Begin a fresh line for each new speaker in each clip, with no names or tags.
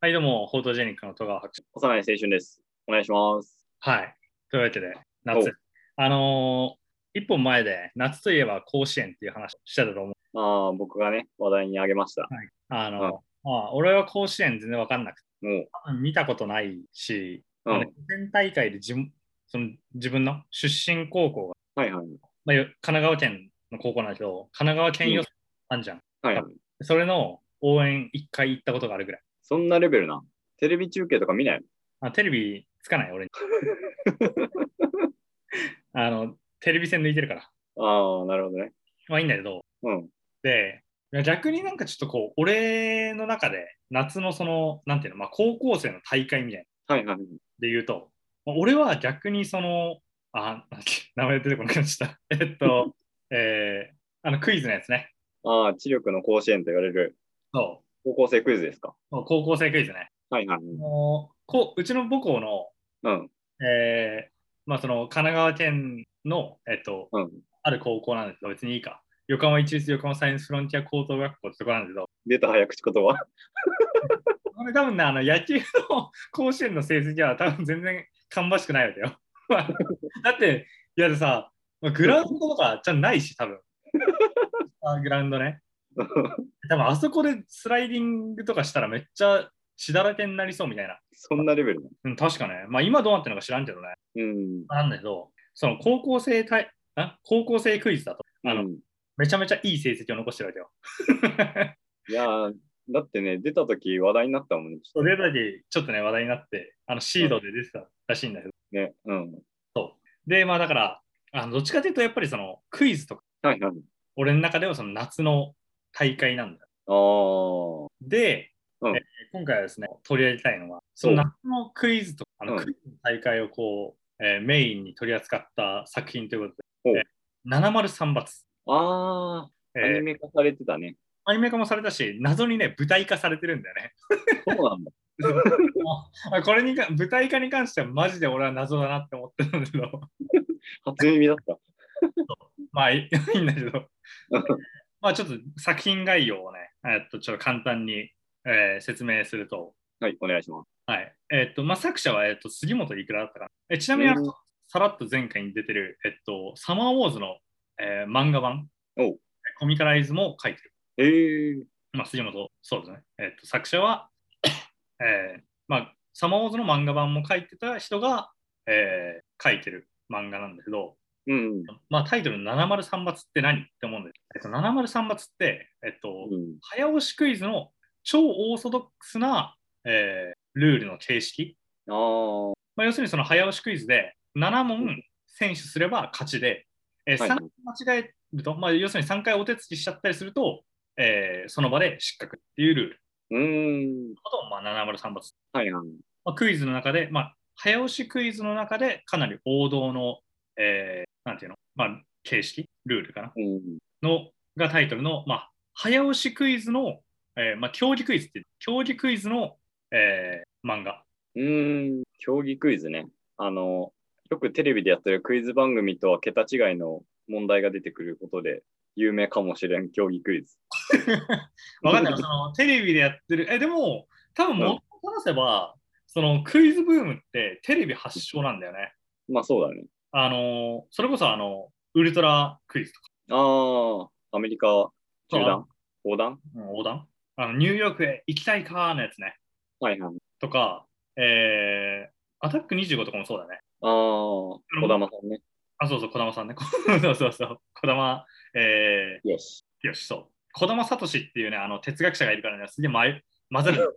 はい、どうも、フォートジェニックの戸川博士。
幼い青春です。お願いします。
はい。というわけで、
お
夏
う。
あのー一本前で、夏といえば甲子園っていう話をしてたと思う。
ああ、僕がね、話題にあげました。
あのー
はい
まあ、俺は甲子園全然わかんなくて、
も
多分見たことないし、
う、
ま
う
あ
ん
ね、全大会で自分その自分の出身高校が、
はいはい。
まあ、よ神奈川県の高校なんだけど、神奈川県予選あんじゃん。
はいはい。
それの応援一回行ったことがあるぐらい。
そんなレベルな。テレビ中継とか見ない
あテレビつかない、 俺に。あの、テレビ線抜いてるから。
ああ、なるほどね。
まあいいんだけど、
うん。
で、いや逆になんかちょっとこう、俺の中で、夏のその、なんていうの、まあ、高校生の大会みたいな
はいはい。
で言うと、まあ俺は逆にその、あ、なんだっけ名前出てこなくなっちゃった。 えっと、えーあの、クイズのやつね。
ああ、知力の甲子園と言われる
そ
高校生クイズですか。
う、そう高校生クイズね。
はいはい。
もうこううちの母校の、
うん。
えーまあ、その神奈川県の、えっと、
うん。
ある高校なんですけど、別にいいか。横浜市立横浜サイエンスフロンティア高等学校ってとこなんだけど、
出た早口言葉。
これ多分ね、あの野球の甲子園の成績は多分全然芳しくないわけよ。 だって、いやでさ、グラウンドとかじゃないし、多 分あグラウンドね。多分あそこでスライディングとかしたらめっちゃ血だらけになりそうみたいな。
そんなレベルな。
うん、確かね。まあ今どうなってるのか知らんけどね。
うん。
なんだけど、その高校生対、あ高校生クイズだと、あの
うん
めちゃめちゃいい成績を残してるわけよ。
いやーだってね、出た時話題になったもんね。ちょ
それだけちょっとね、話題になって、あのシードで出てたらしいんだけど。
っとね。うん。
で、まあだから、あのどっちかというと、やっぱりそのクイズとか、
はいはい。
俺の中ではその夏の大会なんだよ。
ああ。
で、
うん
えー今回はですね、取り上げたいのは、その夏のクイズとか、あの
うん
クイズの大会をこう、えーメインに取り扱った作品ということ
ほう
で、えー703罰、
あ
え
あ。
ー
アニメ化されてたね。
アニメ化もされたし、謎にね、舞台化されてるんだよね。
そうなんだ。
これにか舞台化に関しては、マジで俺は謎だなって思ってるんだけど。
初耳だった。
まあい いいいんだけど、まあちょっと作品概要をね、えっとちょっと簡単に、えー説明すると、
はい、お願いします。
はいえっとまあ、作者は、えっと杉本いくらだったかな。えちなみにあの、
うん
さらっと前回に出てる、えっと、サマーウォーズの、えー漫画版
おう、
コミカライズも書いてる。
ええ
まあ、杉本、そうですね。えっと作者は、 えーまあ、サマーウォーズの漫画版も書いてた人が、えー書いてる漫画なんだけど、
うん。
まあ、タイトルの703罰って何って思うんです。えっと、703罰って、えっと、
うん
早押しクイズの超オーソドックスな、えールールの形式。
ああ、
まあ、要するにその早押しクイズで7問選手すれば勝ちで、えー
はい
3間違えると、まあ、要するに3回お手つきしちゃったりすると、えーその場で失格っていうルール
うーん。
のことを、まあ、703罰。
はいはい。
まあ、クイズの中で、まあ、早押しクイズの中でかなり王道の、えーなんていうの、まあ、形式、ルールかな。
うん。
のがタイトルの、まあ、早押しクイズの、えーまあ、競技クイズっていう、競技クイズの、えー漫画。
うーん。競技クイズね。あの、よくテレビでやってるクイズ番組とは桁違いの問題が出てくることで有名かもしれん競技クイズ。
わかんない、そのテレビでやってる。え、でも、多分もっと話せば、そのクイズブームってテレビ発祥なんだよね。
まあそうだね。
あのーそれこそあの、ウルトラクイズとか、
ああ、アメリカ中
そう
断横断
うん横断あのニューヨークへ行きたいかのやつね。
はいはい。
とか、えーアタック25とかもそうだね。
ああ、小玉さんね。
あ、そうそう、児玉さんね。 そうそうそう。児玉、えー、
よし。
よし、そう。児玉聡っていうね、あの哲学者がいるからね、すげえ迷混ざる。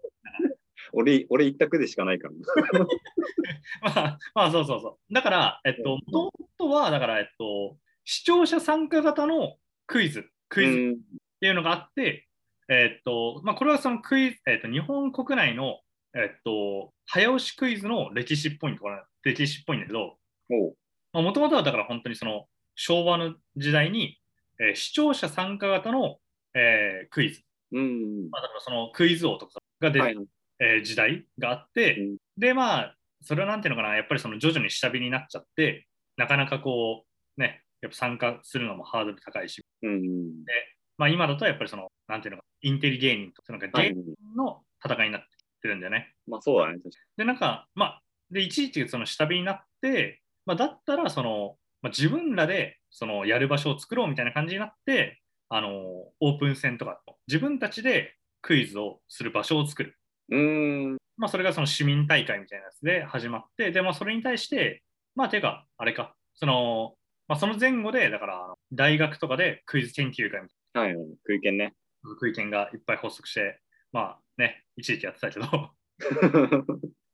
俺、俺一択でしかないから。
まあ、まあ、そうそうそう。だから、えっと、もともとは、だから、えっと、視聴者参加型のクイズ、 クイズっ
うん
ていうのがあって、えっと、まあ、これはそのクイズ、えっと、日本国内の、えっと、早押しクイズの歴史っぽいところ、歴史っぽいんだけど、
おう。
もともとはだから本当にその昭和の時代に、えー視聴者参加型の、えークイズ、
うん。
まあ、だからそのクイズ王とかが出て
はい。
えー時代があって、
うん
でまあそれはなんていうのかなやっぱりその徐々に下火になっちゃってなかなかこうねやっぱ参加するのもハードル高いし、
うん。
まあ、今だとやっぱりそのなんていうのかインテリ芸人とかなんか
は
芸
い
人の戦いになってるてるんだよね。
まあそうだね。確か
で、なんか、まあ、で、いちいちその下火になって、まあ、だったら、その、まあ、自分らで、その、やる場所を作ろうみたいな感じになって、あの、オープン戦とか、自分たちでクイズをする場所を作る。
にうーん。
まあ、それがその市民大会みたいなやつで始まって、で、まあ、それに対して、まあ、てか、あれか、その、まあ、その前後で、だから、あの大学とかでクイズ研究会みたい
はい、はい。食いけ んね。
な福井県がいっぱい発足して、まあね、一時期やってたけど、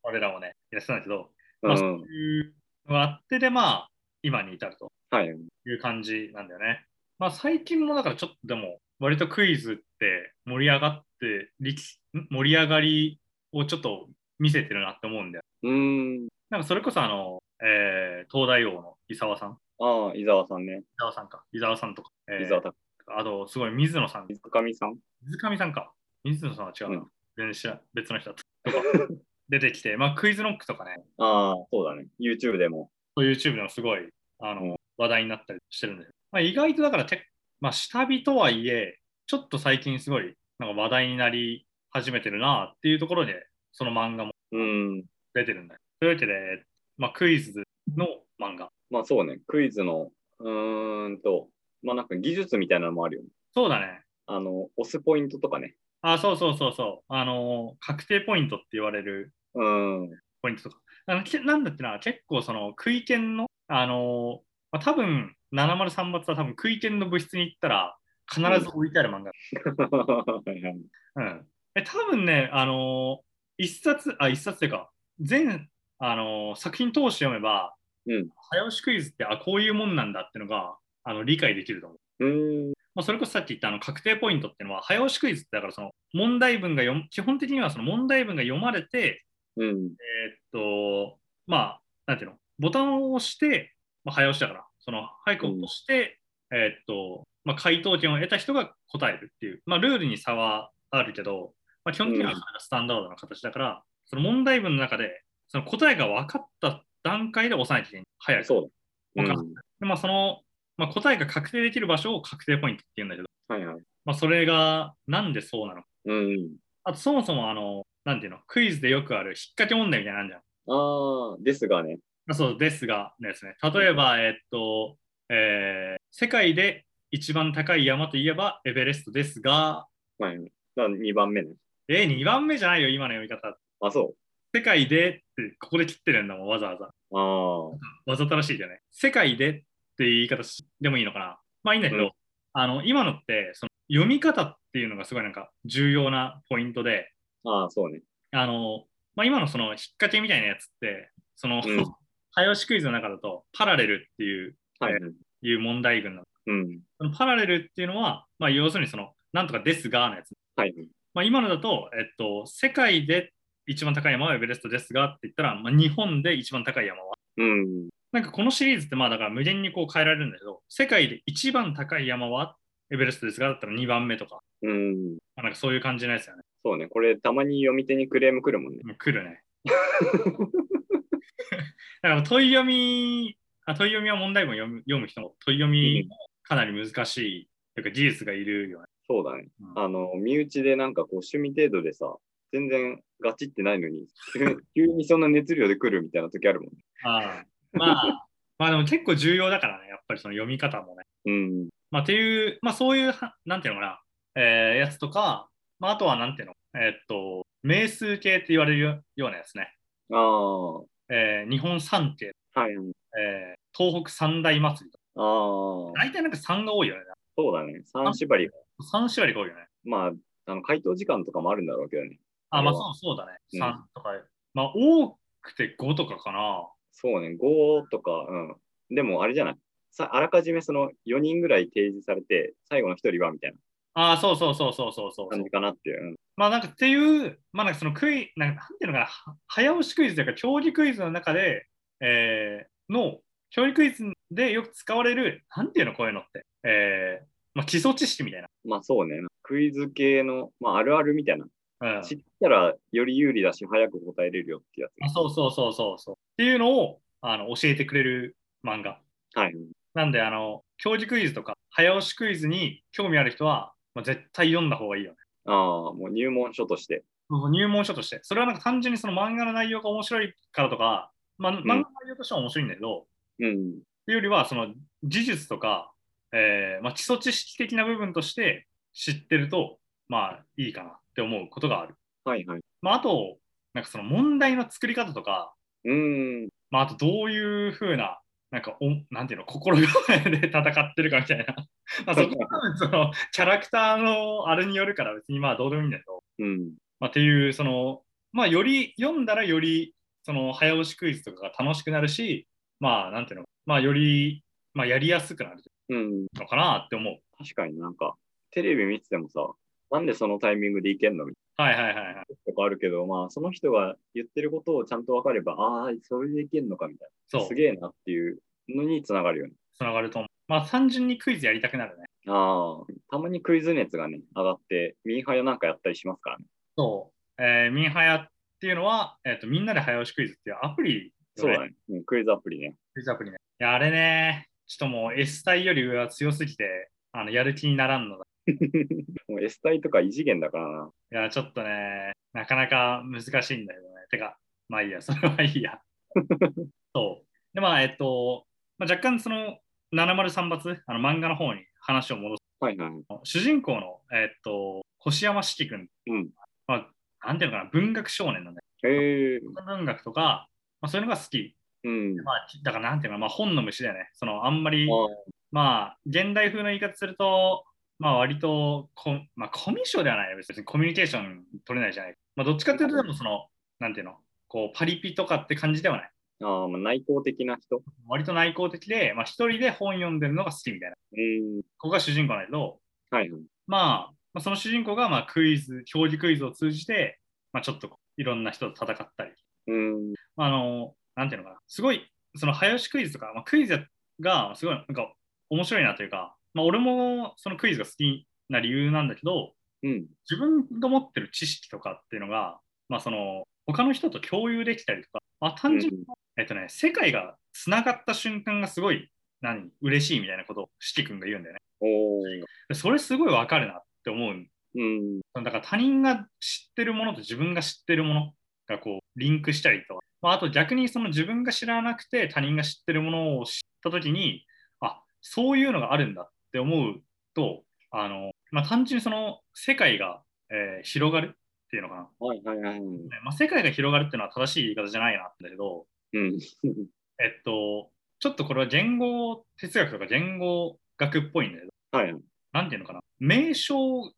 俺らもね、やってたんだけど、まあ、
う。
そうんいうのがあって、で、まあ、今に至ると
はい。
いう感じなんだよね。まあ、最近もだからちょっとでも、割とクイズって盛り上がって、力ん盛り上がりをちょっと見せてるなって思うんだよ。
うーん。
なんかそれこそあの、えー東大王の伊沢さん、
ああ、伊沢さんね。
伊沢さんか、伊沢さんとか、えー
伊沢拓
あと、すごい水野さん、
水上さん
水上さんか、水野さんは違うな、
うん
全然知らん別の人だ ったとか出てきて、まあ、クイズノックとかね、
ああ、そうだね。YouTube でも。
YouTube でもすごいあの、
う
話題になったりしてるんだよ。まあ、意外とだからて、まあ、下火とはいえ、ちょっと最近すごいなんか話題になり始めてるなっていうところで、その漫画も
うーん。
出てるんだよ。というわけで、まあ、クイズの漫画。
まあそうね。クイズの、うーんと、まあなんか技術みたいなのもあるよね。
そうだね。
あの、押すポイントとかね。
あ、そうそうそうそう。あの、確定ポイントって言われる
うーん。
ポイントとか。あのけなんだっけな、結構その、食い券の、あの、まあ、多分703罰は多分食い券の部室に行ったら、必ず置いてある漫画
はいはい
うん。え、多分ね、あのー一冊、あ、一冊っていうか、全、あのー作品通して読めば、
うん
早押しクイズって、あ、こういうもんなんだってのが、あの、理解できると思う。
うーん。
まあ、それこそさっき言った、あの、確定ポイントっていうのは、早押しクイズって、だからその、問題文が読む、基本的にはその問題文が読まれて、
うん。
えーっと、まあ、なんていうの、ボタンを押して、まあ、早押しだから、その、早く押して、えーっと、まあ、回答権を得た人が答えるっていう、まあ、ルールに差はあるけど、まあ、基本的にはそれがスタンダードな形だから、その問題文の中で、その答えが分かった段階で押さなきゃいけない。早く。
そうだ。う
わか
ん
る。でまあ、その、まあ、答えが確定できる場所を確定ポイントって言うんだけど、
はいはい。
まあ、それがなんでそうなのか。
うん。
あと、そもそも、あの、なんていうの、クイズでよくある引っ掛け問題みたいなのあるじゃん。
ああ、ですがね。
まあそうですがですね、例えば、えっと、えー世界で一番高い山といえばエベレストですが、
はいはい。だ2番目ね。
えー、2番目じゃないよ、今の読み方。
あ、そ
世界でって、ここで切ってるんだもん、わざわざ。
う。ああ。
わざとらしいじゃない。世界でっていう言い方しでもいいのかな。まあいいんだけど、
うん
あの、今のって、その読み方っていうのがすごいなんか重要なポイントで、
ああ、そうね。
あの、まあ、今のその引っ掛けみたいなやつって、その、
うん
早押しクイズの中だと、パラレルっていう
はいはい。
いう問題群なの
うん。
そのパラレルっていうのは、まあ、要するにその、なんとかですがのやつ。
はい。
まあ、今のだと、えっと、世界で一番高い山はエベレストですがって言ったら、まあ、日本で一番高い山は。
うん。
なんかこのシリーズって、まあだから無限にこう変えられるんだけど、世界で一番高い山はエベレストですがだったら2番目とか、
うん。
まあ、なんかそういう感じのやつよね。
そうね。これ、たまに読み手にクレーム来るもんね。
もう来るね。だから問い読み、あ問い読みは問題文を読む読む人も問い読みもかなり難しい、というか技術がいるよね。
そうだね。
うん
あの、身内でなんかこう、趣味程度でさ、全然ガチってないのに、 急にそんな熱量で来るみたいな時あるもんね。
ああまあ、まあでも結構重要だからね、やっぱりその読み方もね。
うん。
まあっていう、まあそういうは、なんていうのかな、えーやつとか、まああとはなんていうの、えーっと、名数形って言われるよようなやつね。
ああ。は
えー日本三景、
いはい。
えー東北三大祭りとか。
ああ。そ
大体なんか3が多いよね。
うだね。三縛り。
3縛りが多いよね。
まあ、あの、回答時間とかもあるんだろうけどね。
あ、まあ
これ
そうそうだね。
うん
3とか。まあ多くて5とかかな。
そうね、5とか、うん。でも、あれじゃない。さあらかじめその4人ぐらい提示されて、最後の1人はみたいな
ああ、そうそうそうそうそうそう。
感じかなっていう。
まあなんかっていう、まあなんかそのクイ、なんかなんていうのかな、は早押しクイズというか、競技クイズの中で、えーの、競技クイズでよく使われる、なんていうの、こういうのって、えーまあ、基礎知識みたい
うんまあそうね、クイズ系の、まあ、あるあるみたいな。
な。うん、
知ったらより有利だし、早く答えれるよってやつ。
あそうそうそうそうそう。っていうのをあの教えてくれる漫画。
はい。
なんで、あの、競技クイズとか、早押しクイズに興味ある人は、まあ、絶対読んだ方がいいよね。
ああ、もう入門書として。
そうそう入門書として。それはなんか単純にその漫画の内容が面白いからとか、まあ、漫画の内容としては面白いんだけど、っ
うん。
ていうよりは、その事術とか、えーまあ、基礎知識的な部分として知ってると、まあいいかなって思うことがある。
はいはい。
まあ、あと、なんかその問題の作り方とか、
うん。
まあ、あとどういうふうな、なんかお、なんていうの、心構えで戦ってるかみたいな。 まあ、そこは多分その、キャラクターのあれによるから、別にまあ、どうでもいいんだけど、
うん。
まあ、っていう、その、まあ、より、読んだらより、その、早押しクイズとかが楽しくなるし、まあ、なんていうの、まあ、より、まあ、やりやすくなる
うん。
のかなって思う。
確かになんか、テレビ見ててもさ、なんでそのタイミングでいけんのみたい
はいはいはいはい。
なとかあるけど、まあ、その人が言ってることをちゃんと分かれば、ああ、それでいけんのかみたい
そ
な。
う
す、げえなっていうのにつながるよね。
つながると思う。まあ、単純にクイズやりたくなるね。
ああ、たまにクイズ熱がね、上がって、ミーハヤなんかやったりしますからね。
そう。えー、ミンハヤっていうのは、えっ、と、みんなで早押しクイズっていうアプリ、
そうだね。うん、クイズアプリね。
クイズアプリね。いや、あれね、ちょっともう S 体より上は強すぎて、あのやる気にならんのだ。
もう S 体とか異次元だからな。
いや、ちょっとね、なかなか難しいんだけどね。てか、まあいいや、そ れはいいや。そう。で、まあ、えっと、まあ、若干その703発、あの漫画の方に話を戻す。
はいはい。
主人公の、えっと、星山四季君、
うん
まあ、なんていうのかな、文学少年なんだよ
へえー。
文学とか、まあ、そういうのが好き。
うん。
まあ、だからなんていうのかな、まあ、本の虫だよね。その、あんまり、
ああ
まあ、現代風の言い方すると、まあ、割とコ,、まあ、コミュ障ではないよ別にコミュニケーション取れないじゃない。まあ、どっちかというと、でもその、なんていうの、こうパリピとかって感じではない。
ああ、まあ、内向的な人。
割と内向的で、まあ、一人で本読んでるのが好きみたいな。
うん。
ここが主人公なんだけど、
はいはい。
まあ、まあ、その主人公がまあクイズ、競技クイズを通じて、まあ、ちょっとこういろんな人と戦ったり、
うん。
まあ、あの、なんていうのかな、すごい、その早押しクイズとか、まあ、クイズがすごいなんか面白いなというか、まあ、俺もそのクイズが好きな理由なんだけど、
うん。
自分が持ってる知識とかっていうのが、まあ、その他の人と共有できたりとか、まあ、単純に、えっとね、世界がつながった瞬間がすごい何嬉しいみたいなことを四季君が言うんだよね。
おお。
でそれすごいわかるなって思う。
うん。
だから他人が知ってるものと自分が知ってるものがこうリンクしたりとか、まあ、あと逆にその自分が知らなくて他人が知ってるものを知った時にあそういうのがあるんだって思うとあの、まあ、単純にその世界が、えー広がるっていうのかな、
はいはいはい。
まあ、世界が広がるっていうのは正しい言い方じゃないなってだけど
うん。
えっとちょっとこれは言語哲学とか言語学っぽいんだけど
はい。
なんていうのかな名称を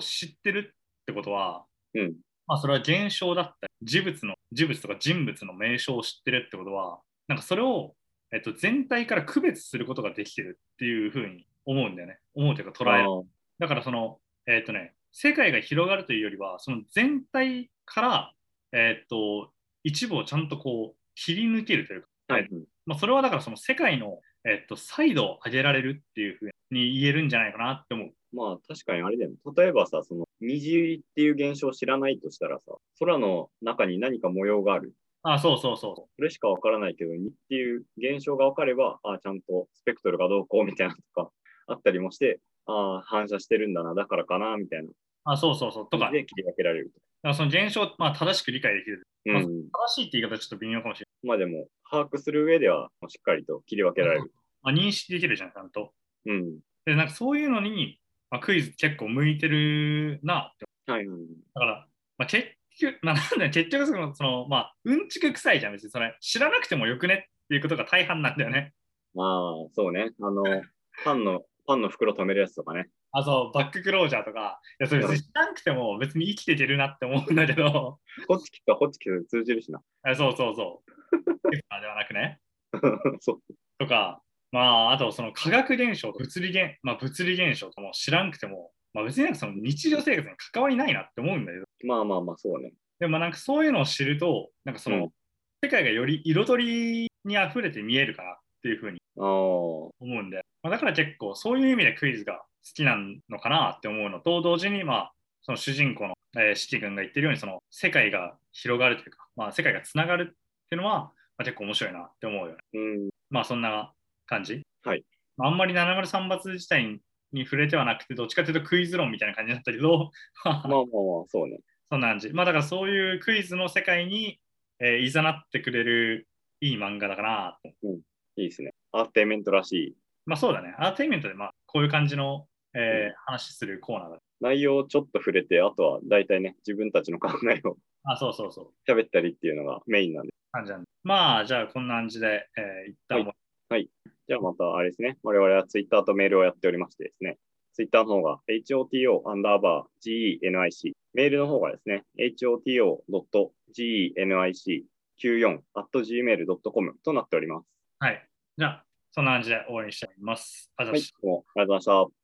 知ってるってことは
うん。
まあ、それは現象だったり事物の事物とか人物の名称を知ってるってことはなんかそれを、えっと、全体から区別することができてるっていうふうに思うんだよね思うというか捉える
ああ
だからそのえっとね世界が広がるというよりはその全体からえっと一部をちゃんとこう切り抜けるというか、
はいはい。
まあ、それはだからその世界の、えっと、再度を上げられるっていうふうに言えるんじゃないかなって思う
まあ確かにあれだよね。例えばさ、その虹っていう現象を知らないとしたらさ、空の中に何か模様がある。
あそうそうそうそう
それしかわからないけど、虹っていう現象がわかれば、ああ、ちゃんとスペクトルがどうこうみたいなのとかあったりもして、ああ、反射してるんだな、だからかな、みたいな。
あそうそうそうとかだか
で切り分けられる
らその現象を、まあ、正しく理解できる
と。う
まあ
ん。
正しいって言い方はちょっと微妙かもしれ
まあでも、把握する上では、しっかりと切り分けられる。
ない。まあ、認識できるじゃん、ちゃんと。
うん。
で、なんかそういうのに、まあ、クイズ結構向いてるなって。
はいはい。
だから、まあ、結局、まあ、なんだよ結局その、その、まあ、うんちく臭いじゃん、別にそれ。知らなくてもよくねっていうことが大半なんだよね。
まあ、そうね。あの、パンの、パンの袋止めるやつとかね。
あ、そう、バッククロージャーとか、いや、それ別に知らなくても別に生きていけるなって思うんだけど、
こっち来た、こっち来た、通じるしな。
あそうそう そう。クイズではなくね。
そう。
とか、まあ、あとその化学現象と物理現、まあ、物理現象とかも知らなくても、まあ、別になんかその日常生活に関わりないなって思うんだけど、
まあまあまあ、そうね。
でもなんかそういうのを知ると、なんかその、
うん
世界がより彩りにあふれて見えるかなっていうふうに
ああ、
思うんで、まあ、だから結構そういう意味でクイズが好きなのかなって思うのと同時に、まあ、その主人公の、えー、シティ君が言ってるようにその世界が広がるというか、まあ、世界がつながるっていうのは、まあ、結構面白いなって思うよね。
うん。
まあそんな感じ。
はい。
あんまり703発自体に触れてはなくて、どっちかというとクイズ論みたいな感じだったけど、
まあまあまあ、そうね。
そそんな感じ。まあだからそういうクイズの世界に、えいざなってくれるいい漫画だかなと。
いいですね。アーテイメントらしい。
まあそうだね。アーテインメントでまあこういう感じの、えー話するコーナーだ。
内容をちょっと触れて、あとは大体ね、自分たちの考えを
あ、そうそうそう。
喋ったりっていうのがメインなんで。
感じなんで。まあじゃあこんな感じで、えー一旦終わり
じゃあまたあれですね、我々は Twitter とメールをやっておりましてですね、Twitter の方が hoto アンダーバー genic、メールの方がですね、hoto.genic94 at gmail.com となっております。
はい。じゃあ、そんな感じで終わりにしたいと思います。ありがとうございました
はい、どうもありがとうございました。